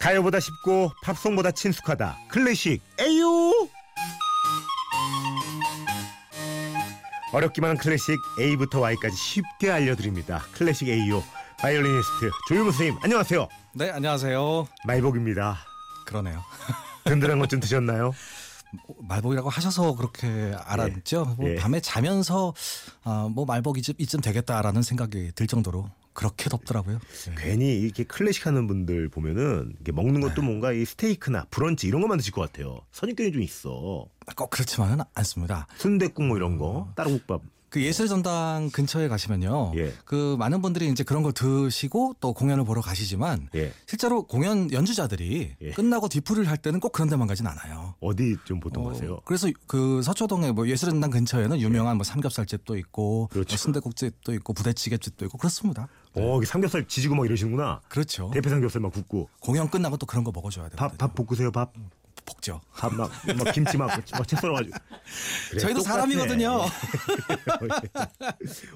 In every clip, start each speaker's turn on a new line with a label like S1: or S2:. S1: 가요보다 쉽고 팝송보다 친숙하다 클래식 에유 어렵기만 한 클래식 A부터 Y까지 쉽게 알려드립니다 클래식 에유 바이올리니스트 조유무 선생님 안녕하세요
S2: 네, 안녕하세요.
S1: 말복입니다
S2: 그러네요.
S1: 든든한 것 좀 드셨나요?
S2: 어, 말복이라고 하셔서 그렇게 알았죠. 뭐
S1: 예.
S2: 밤에 자면서 아, 뭐 말복이 쯤- 이쯤 되겠다라는 생각이 들 정도로 그렇게 덥더라고요. 네.
S1: 괜히 이렇게 클래식 하는 분들 보면은 이렇게 먹는 것도 뭔가 이 스테이크나 브런치 이런 것만 드실 것 같아요 선입견이 좀 있어
S2: 꼭 그렇지만은 않습니다.
S1: 순대국 뭐 이런 거 따로국밥
S2: 그 예술전당 근처에 가시면요.
S1: 예.
S2: 그 많은 분들이 이제 그런 걸 드시고 또 공연을 보러 가시지만
S1: 예
S2: 실제로 공연 연주자들이
S1: 예.
S2: 끝나고 뒤풀이를 할 때는 꼭 그런 데만 가진 않아요.
S1: 어디 좀 보통
S2: 어,
S1: 가세요?
S2: 그래서 그 서초동에 뭐 예술전당 근처에는 유명한 뭐 삼겹살집도 있고
S1: 그렇죠.
S2: 뭐 순대국집도 있고 부대찌개집도 있고 그렇습니다.
S1: 어, 이게 삼겹살 지지고 막 이러시는구나.
S2: 그렇죠.
S1: 어? 대패 삼겹살 막 굽고
S2: 공연 끝나고 또 그런 거 먹어줘야 돼요.
S1: 밥 밥 볶으세요 밥.
S2: 먹죠.
S1: 밥 막 막 김치 막막채 썰어가지고. 그래, 예.
S2: 저희도
S1: 똑같네.
S2: 사람이거든요.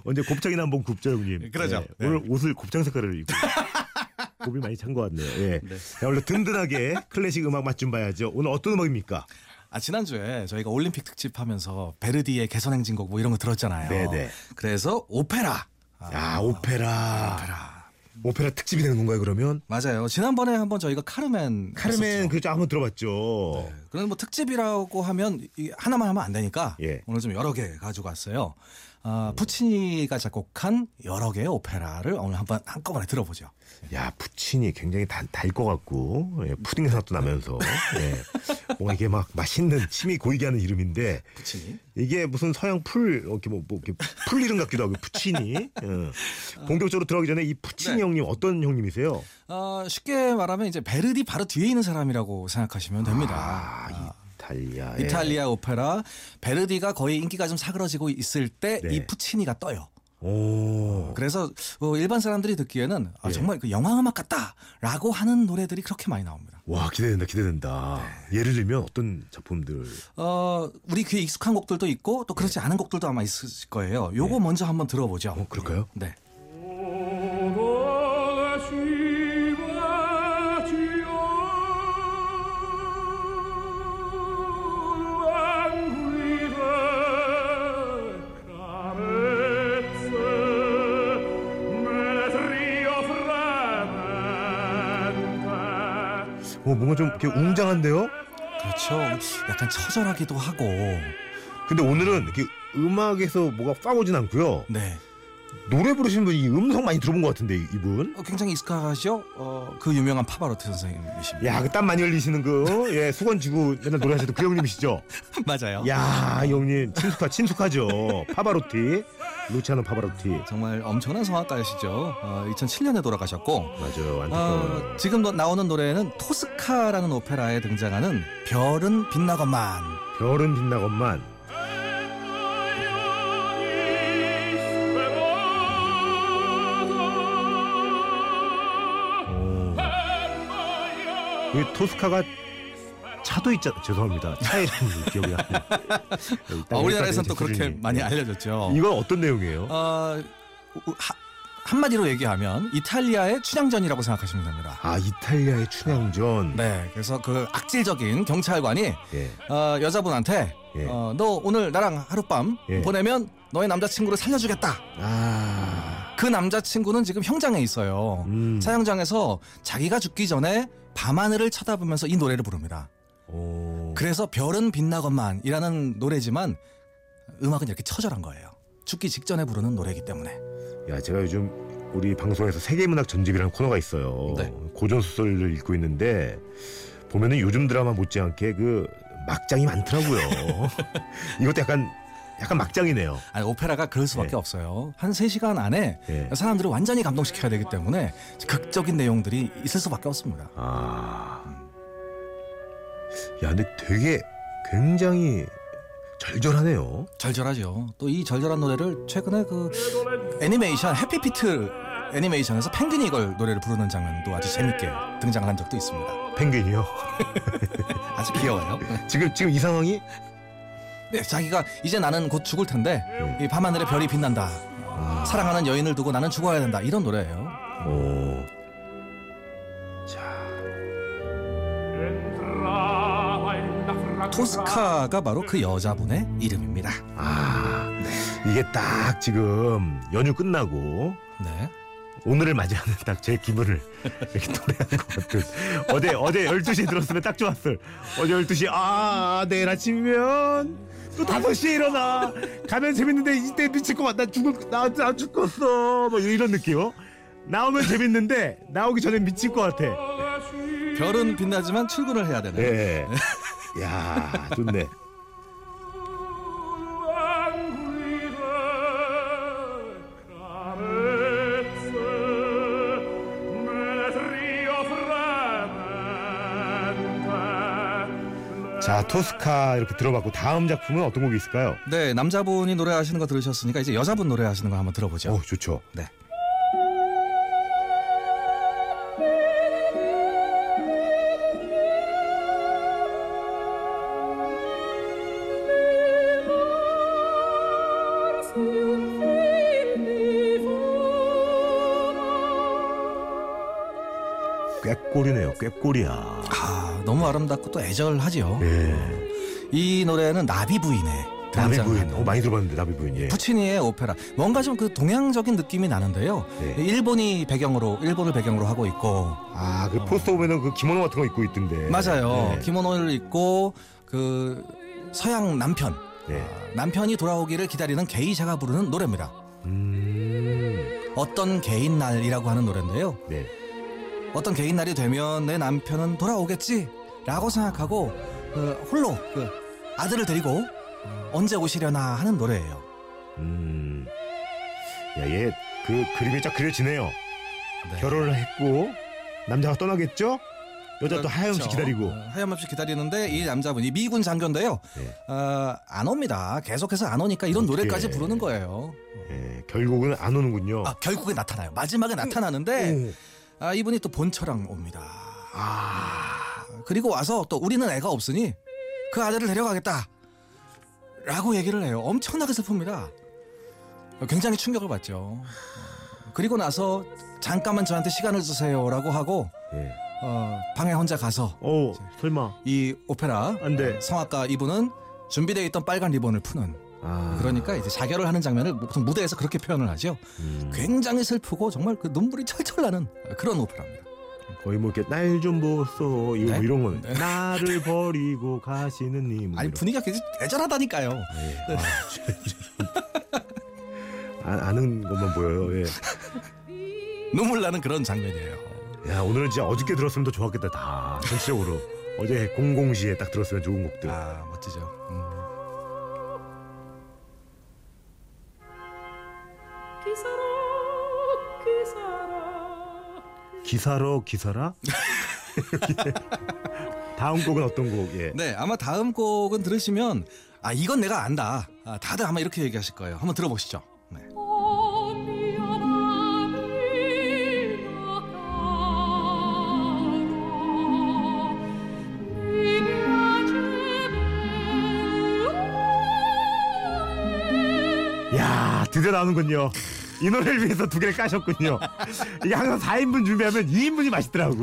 S1: 언제 곱창이나 한번 굽죠 형님.
S2: 그러죠.
S1: 네, 오늘 옷을 곱창 색깔을 입고. 곱이 많이 찬 것 같네요. 예. 자, 오늘 든든하게 클래식 음악 맛 좀 봐야죠. 오늘 어떤 음악입니까?
S2: 아 지난주에 저희가 올림픽 특집 하면서 베르디의 개선행진곡 뭐 이런 거 들었잖아요.
S1: 네네.
S2: 그래서 오페라. 아,
S1: 아, 오페라.
S2: 오페라.
S1: 오페라 특집이 되는 건가요, 그러면?
S2: 맞아요. 지난번에 한번 저희가 카르멘
S1: 카르멘
S2: 했었죠.
S1: 그죠 한번 들어봤죠.
S2: 네. 그런데 뭐 특집이라고 하면 이- 하나만 하면 안 되니까
S1: 예.
S2: 오늘 좀 여러 개 가지고 왔어요. 아, 푸치니가 작곡한 여러 개의 오페라를 오늘 한번 한꺼번에 들어보죠.
S1: 야 부친이 굉장히 달 것 같고 예, 푸딩 생각도 나면서 예. 뭔가 이게 막 맛있는 침이 고이게 하는 이름인데
S2: 푸치니.
S1: 이게 무슨 서양 풀 이렇게 뭐, 뭐 이렇게 풀 이름 같기도 하고 푸치니 예. 본격적으로 들어가기 전에 이 푸치니
S2: 네.
S1: 형님 어떤 형님이세요?
S2: 어, 쉽게 말하면 이제 베르디 바로 뒤에 있는 사람이라고 생각하시면 됩니다.
S1: 아 이탈리아 예.
S2: 이탈리아 오페라 베르디가 거의 인기가 좀 사그러지고 있을 때 이
S1: 네.
S2: 푸치니가 떠요.
S1: 오
S2: 그래서 어, 일반 사람들이 듣기에는 아,
S1: 예.
S2: 정말 그 영화 음악 같다라고 하는 노래들이 그렇게 많이 나옵니다.
S1: 와 기대된다 기대된다 예를 들면 어떤 작품들
S2: 어, 우리 귀에 익숙한 곡들도 있고 또 그렇지 않은 곡들도 아마 있을 거예요. 요거 먼저 한번 네. 들어보죠.
S1: 어, 그럴까요?
S2: 네.
S1: 어 뭔가 좀 이렇게 웅장한데요?
S2: 그렇죠. 약간 처절하기도 하고.
S1: 근데 오늘은 이렇게 음악에서 뭐가 빡 오진 않고요
S2: 네.
S1: 노래 부르시는 분이 이 음성 많이 들어본 것 같은데 이분
S2: 어, 굉장히 익숙하시죠? 어, 그 유명한 파바로티 선생님이십니다.
S1: 야, 그 땀 많이 흘리시는 그, 예, 수건 쥐고 맨날 노래하시던 그 형님이시죠?
S2: 맞아요.
S1: 야, 이 형님, 친숙하, 친숙하죠? 파바로티, 루치아노 파바로티.
S2: 정말 엄청난 성악가이시죠. 2007년에 돌아가셨고
S1: 맞아요, 안타까워요.
S2: 어, 지금 너- 나오는 노래는 토스카라는 오페라에 등장하는 별은 빛나건만
S1: 별은 빛나건만. 오. 이 토스카가 차도 있잖아. 죄송합니다. 차에 기억이 나네. 여기 딱
S2: 어, 우리나라에선
S1: 여기까지
S2: 또 그렇게
S1: 제수준이.
S2: 많이
S1: 예.
S2: 알려졌죠.
S1: 이건 어떤 내용이에요?
S2: 어, 우- 하- 한마디로 얘기하면 이탈리아의 춘향전이라고 생각하시면 됩니다.
S1: 아, 이탈리아의 춘향전.
S2: 네, 그래서 그 악질적인 경찰관이
S1: 예.
S2: 어, 여자분한테
S1: 예.
S2: 어, 너 오늘 나랑 하룻밤
S1: 예.
S2: 보내면 너의 남자친구를 살려주겠다.
S1: 아.
S2: 그 남자친구는 지금 형장에 있어요.
S1: 음.
S2: 사형장에서 자기가 죽기 전에 밤하늘을 쳐다보면서 이 노래를 부릅니다.
S1: 오.
S2: 그래서 별은 빛나건만이라는 노래지만 음악은 이렇게 처절한 거예요. 죽기 직전에 부르는 노래이기 때문에.
S1: 야, 제가 요즘 우리 방송에서 세계문학 전집이라는 코너가 있어요.
S2: 네.
S1: 고전 소설을 읽고 있는데 보면은 요즘 드라마 못지않게 그 막장이 많더라고요. 이것도 약간 약간 막장이네요.
S2: 아니 오페라가 그럴 수밖에
S1: 네.
S2: 없어요. 한 3시간 안에
S1: 예.
S2: 사람들을 완전히 감동시켜야 되기 때문에 극적인 내용들이 있을 수밖에 없습니다.
S1: 아. 야, 근데 되게 굉장히 절절하네요.
S2: 절절하죠. 또 이 절절한 노래를 최근에 그 애니메이션 해피피트 애니메이션에서 펭귄이 이걸 노래를 부르는 장면도 아주 재밌게 등장한 적도 있습니다.
S1: 펭귄이요.
S2: 아주 귀여워요.
S1: 지금 지금 이 상황이
S2: 네, 자기가 이제 나는 곧 죽을 텐데
S1: 네.
S2: 이 밤하늘에 별이 빛난다. 사랑하는 여인을 두고 나는 죽어야 된다. 이런 노래예요.
S1: 오. 자.
S2: 토스카가 바로 그 여자분의 이름입니다.
S1: 아 이게 딱 지금 연휴 끝나고
S2: 네.
S1: 오늘을 맞이하는 딱 제 기분을 이렇게 노래하는 것 같은 어제 어제 12시에 들었으면 딱 좋았을 어제 12시 아 내일 아침이면 또 5시에 일어나 가면 재밌는데 이때 미칠 것 같아 나 죽을 나, 나 죽겠어 뭐 이런 느낌 어? 나오면 재밌는데 나오기 전에 미칠 것 같아
S2: 별은 빛나지만 출근을 해야 되는.
S1: 예. 야 좋네 자 토스카 이렇게 들어봤고 다음 작품은 어떤 곡이 있을까요?
S2: 네, 남자분이 노래하시는 거 들으셨으니까 이제 여자분 노래하시는 거 한번 들어보죠.
S1: 어 좋죠
S2: 네.
S1: 꾀꼬리네요 꾀꼬리야
S2: 아, 너무 아름답고 또 애절하지요.
S1: 예
S2: 이 노래는 나비 부인의
S1: 나비 부인
S2: 등장하는
S1: 어 많이 들어봤는데 나비 부인 예
S2: 푸치니의 오페라. 뭔가 좀 그 동양적인 느낌이 나는데요.
S1: 네.
S2: 일본이 배경으로 일본을 배경으로 하고 있고
S1: 아, 그 포스터 보면은 그 기모노 같은 거 입고 있던데.
S2: 어. 맞아요.
S1: 네.
S2: 기모노를 입고 그 서양 남편
S1: 네.
S2: 아, 남편이 돌아오기를 기다리는 게이샤가 부르는 노래입니다.
S1: 음.
S2: 어떤 개인 날이라고 하는 노래인데요.
S1: 네.
S2: 어떤 개인 날이 되면 내 남편은 돌아오겠지라고 생각하고 그 홀로 그 아들을 데리고 어, 언제 오시려나 하는 노래예요.
S1: 음. 야, 얘 그 그림이 쫙 그려지네요.
S2: 네.
S1: 결혼을 했고 남자가 떠나겠죠? 여자 또 하염없이
S2: 그렇죠.
S1: 기다리고.
S2: 어, 하염없이 기다리는데 이 남자분이 미군 장교인데요.
S1: 네.
S2: 어, 안 옵니다. 계속해서 안 오니까 이런
S1: 어떡해.
S2: 노래까지 부르는 거예요.
S1: 예, 결국은 안 오는군요.
S2: 네. 아, 결국에 나타나요. 마지막에 나타나는데
S1: 오.
S2: 아, 이분이 또 본처랑 옵니다.
S1: 아.
S2: 그리고 와서 또 우리는 애가 없으니 그 아들을 데려가겠다. 라고 얘기를 해요. 엄청나게 슬픕니다. 굉장히 충격을 받죠. 어, 그리고 나서 잠깐만 저한테 시간을 주세요. 라고 하고
S1: 예.
S2: 어, 방에 혼자 가서
S1: 어, 설마.
S2: 이 오페라
S1: 안 돼.
S2: 성악가 이분은 준비되어 있던 빨간 리본을 푸는
S1: 아.
S2: 그러니까 이제 자결을 하는 장면을 보통 무대에서 그렇게 표현을 하죠.
S1: 음,
S2: 굉장히 슬프고 정말 그 눈물이 철철 나는 그런 오페라입니다.
S1: 거의 뭐 이렇게 날 좀 보소 이거
S2: 네?
S1: 뭐 이런 거는 나를 버리고 가시는 님. 뭐
S2: 아니
S1: 이런.
S2: 분위기가 굉장히 애절하다니까요.
S1: 예. 아, 진짜, 진짜. 아, 아는 것만 보여요. 예.
S2: 눈물 나는 그런 장면이에요.
S1: 야 오늘은 진짜 어저께 들었으면 더 좋았겠다 다 전체적으로 어제 00시에 딱 들었으면 좋은 곡들
S2: 아 멋지죠. 음.
S3: Chi sarà, chi sarà,
S1: 기사로 기사라 다음 곡은 어떤 곡? 예.
S2: 네 아마 다음 곡은 들으시면 아 이건 내가 안다. 아, 다들 아마 이렇게 얘기하실 거예요. 한번 들어보시죠. 네.
S3: Oh mia bambina caro, mi piace
S1: 야 드디어 나오는군요. 이 노래를 위해서 두 개를 까셨군요. 이게 항상 4인분 준비하면 2인분이 맛있더라고.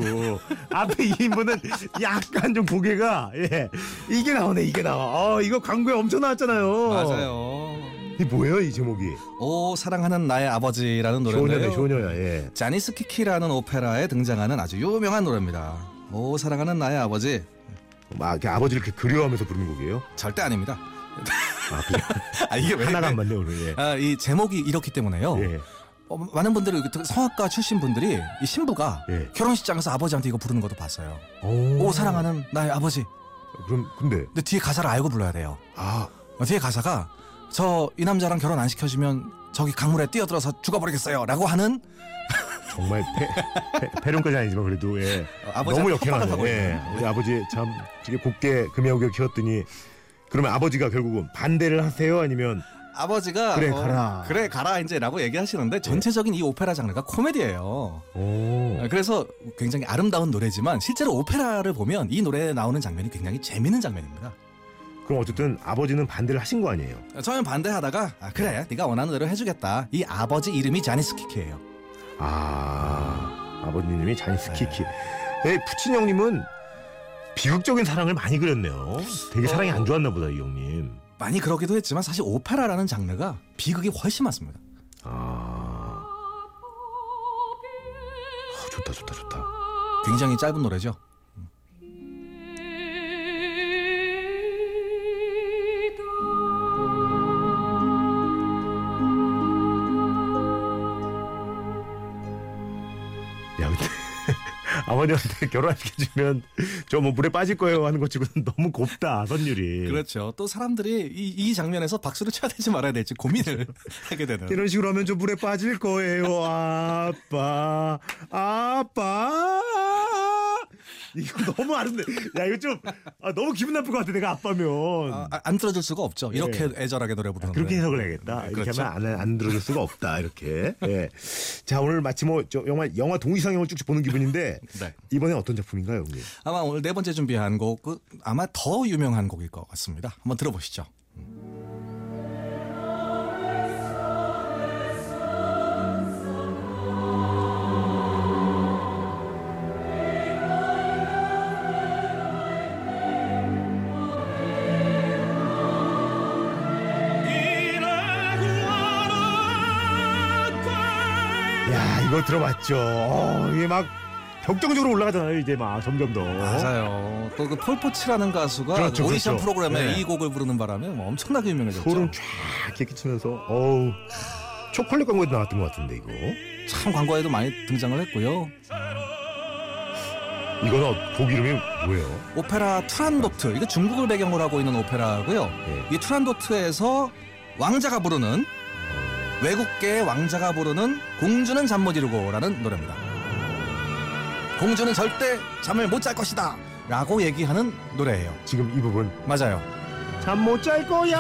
S1: 앞에 2인분은 약간 좀 고개가 예 이게 나오네 이게 나와. 어 이거 광고에 엄청
S2: 어.
S1: 나왔잖아요.
S2: 맞아요.
S1: 이 뭐예요 이 제목이?
S2: 오 사랑하는 나의 아버지라는 노래인데요.
S1: 효녀네 효녀야 예.
S2: 자니스 키키라는 오페라에 등장하는 아주 유명한 노래입니다. 오 사랑하는 나의 아버지
S1: 막 이렇게 아버지를 이렇게 그리워하면서 부르는 곡이에요.
S2: 절대 아닙니다.
S1: 아 그래.
S2: 아 이게 왜?
S1: 하나가 안 맞네 오늘. 예.
S2: 아, 이 제목이 이렇기 때문에요.
S1: 예.
S2: 어, 많은 분들이 그 성악가 출신 분들이 이 신부가
S1: 예.
S2: 결혼식장에서 아버지한테 이거 부르는 것도 봤어요.
S1: 오,
S2: 오 사랑하는 나의 아버지.
S1: 그럼 근데
S2: 근데 뒤에 가사를 알고 불러야 돼요.
S1: 아
S2: 어, 뒤에 가사가 저 이 남자랑 결혼 안 시켜주면 저기 강물에 뛰어들어서 죽어버리겠어요라고 하는
S1: 정말 폐, 폐, 폐륜까지 아니지만 그래도 예.
S2: 어, 아버지한테
S1: 너무
S2: 협박을 하고
S1: 역행하네. 예.
S2: 있는.
S1: 우리 아버지 참 되게 곱게 금야옥에 키웠더니 그러면 아버지가 결국은 반대를 하세요 아니면
S2: 아버지가 어,
S1: 그래, 가라.
S2: 그래 가라 이제라고 얘기하시는데 전체적인 이 오페라 장르가 코미디예요.
S1: 오
S2: 아, 그래서 굉장히 아름다운 노래지만 실제로 오페라를 보면 이 노래에 나오는 장면이 굉장히 재밌는 장면입니다. 어,
S1: 그럼 어쨌든 아버지는 반대를 하신 거 아니에요?
S2: 처음엔 반대하다가 아, 그래 네가 원하는 대로 해주겠다. 이 아버지 이름이 자니스 키키예요.
S1: 아 아버님이 잔스키키. 예 푸친 형님은 네, 비극적인 사랑을 많이 그렸네요. 되게 사랑이 안 좋았나 보다 이 형님.
S2: 많이 그러기도 했지만 사실 오페라라는 장르가 비극이 훨씬 많습니다.
S1: 아, 아, 좋다 좋다 좋다.
S2: 굉장히 짧은 노래죠.
S1: 야 근데 아버님한테 결혼시켜주면 저 뭐 물에 빠질 거예요 하는 것 치고는 너무 곱다 선율이.
S2: 그렇죠. 또 사람들이 이, 이 장면에서 박수를 쳐야 될지 말아야 될지 고민을 하게 되는.
S1: 이런 식으로 하면 저 물에 빠질 거예요. 아빠, 아빠. 이거 너무 아름데. 야 이거 좀 아, 너무 기분 나쁠 것 같아. 내가 아빠면.
S2: 아, 아, 안 들어줄 수가 없죠. 이렇게 애절하게 노래
S1: 예.
S2: 부르는.
S1: 그렇게
S2: 노래.
S1: 해석을 해야겠다.
S2: 네,
S1: 이렇게
S2: 그렇죠.
S1: 하면 안, 안 들어줄 수가 없다. 이렇게. 예. 자 오늘 마치 뭐 저 영화 영화 동이상영을 쭉쭉 보는 기분인데
S2: 네.
S1: 이번에 어떤 작품인가요, 형님?
S2: 아마 오늘 네 번째 준비한 곡 그, 아마 더 유명한 곡일 것 같습니다. 한번 들어보시죠.
S1: 야 이거 들어봤죠. 어, 이게 막 격정적으로 올라가잖아요. 이제 막 점점 더.
S2: 맞아요. 또 그 폴포츠라는 가수가
S1: 그렇죠,
S2: 오디션
S1: 그렇죠.
S2: 프로그램에
S1: 네.
S2: 이 곡을 부르는 바람에 뭐 엄청나게 유명해졌죠.
S1: 소름 쫙 이렇게 치면서 어우 초콜릿 광고에도 나왔던 것 같은데 이거
S2: 참 광고에도 많이 등장을 했고요.
S1: 이거는 곡 어, 이름이 뭐예요?
S2: 오페라 투란도트 이거 중국을 배경으로 하고 있는 오페라고요.
S1: 예.
S2: 이 투란도트에서 왕자가 부르는 외국계의 왕자가 부르는 공주는 잠 못 이루고라는 노래입니다. 공주는 절대 잠을 못 잘 것이다라고 얘기하는 노래예요.
S1: 지금 이 부분
S2: 맞아요.
S1: 잠 못 잘 거야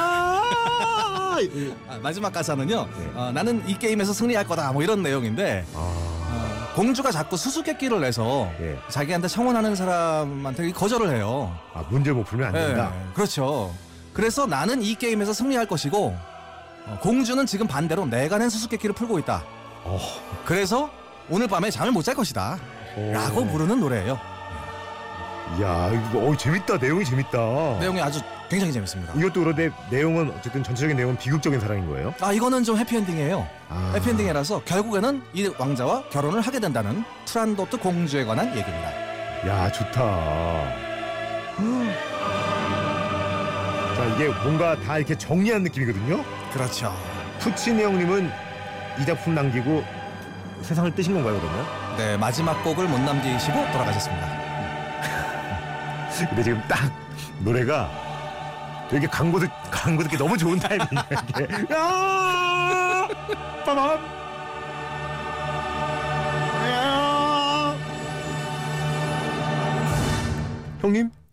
S2: 아, 마지막 가사는요.
S1: 네.
S2: 어, 나는 이 게임에서 승리할 거다 뭐 이런 내용인데
S1: 아,
S2: 어, 공주가 자꾸 수수께끼를 내서
S1: 예.
S2: 자기한테 청혼하는 사람한테 거절을 해요.
S1: 아 문제 못 풀면 안 된다
S2: 예, 그렇죠. 그래서 나는 이 게임에서 승리할 것이고 어, 공주는 지금 반대로 내가 낸 수수께끼를 풀고 있다.
S1: 어.
S2: 그래서 오늘 밤에 잠을 못 잘 것이다.
S1: 어.
S2: 라고 부르는 노래예요.
S1: 이야 이거 어, 재밌다 내용이 재밌다
S2: 내용이 아주 굉장히 재밌습니다.
S1: 이것도 그런데 내용은 어쨌든 전체적인 내용은 비극적인 사랑인 거예요?
S2: 아 이거는 좀 해피엔딩이에요.
S1: 아.
S2: 해피엔딩이라서 결국에는 이 왕자와 결혼을 하게 된다는 트란도트 공주에 관한 얘기입니다.
S1: 야 좋다. 자 이게 뭔가 다 이렇게 정리한 느낌이거든요.
S2: 그렇죠.
S1: 푸치니 형님은 이 작품 남기고 세상을 뜨신 건가요 그러면?
S2: 네 마지막 곡을 못 남기시고 돌아가셨습니다.
S1: 근데 지금 딱 노래가 되게 광고 듣 광고 듣기 너무 좋은 타이밍이야 이게. 야! 빠밤. 야! 형님
S2: 네.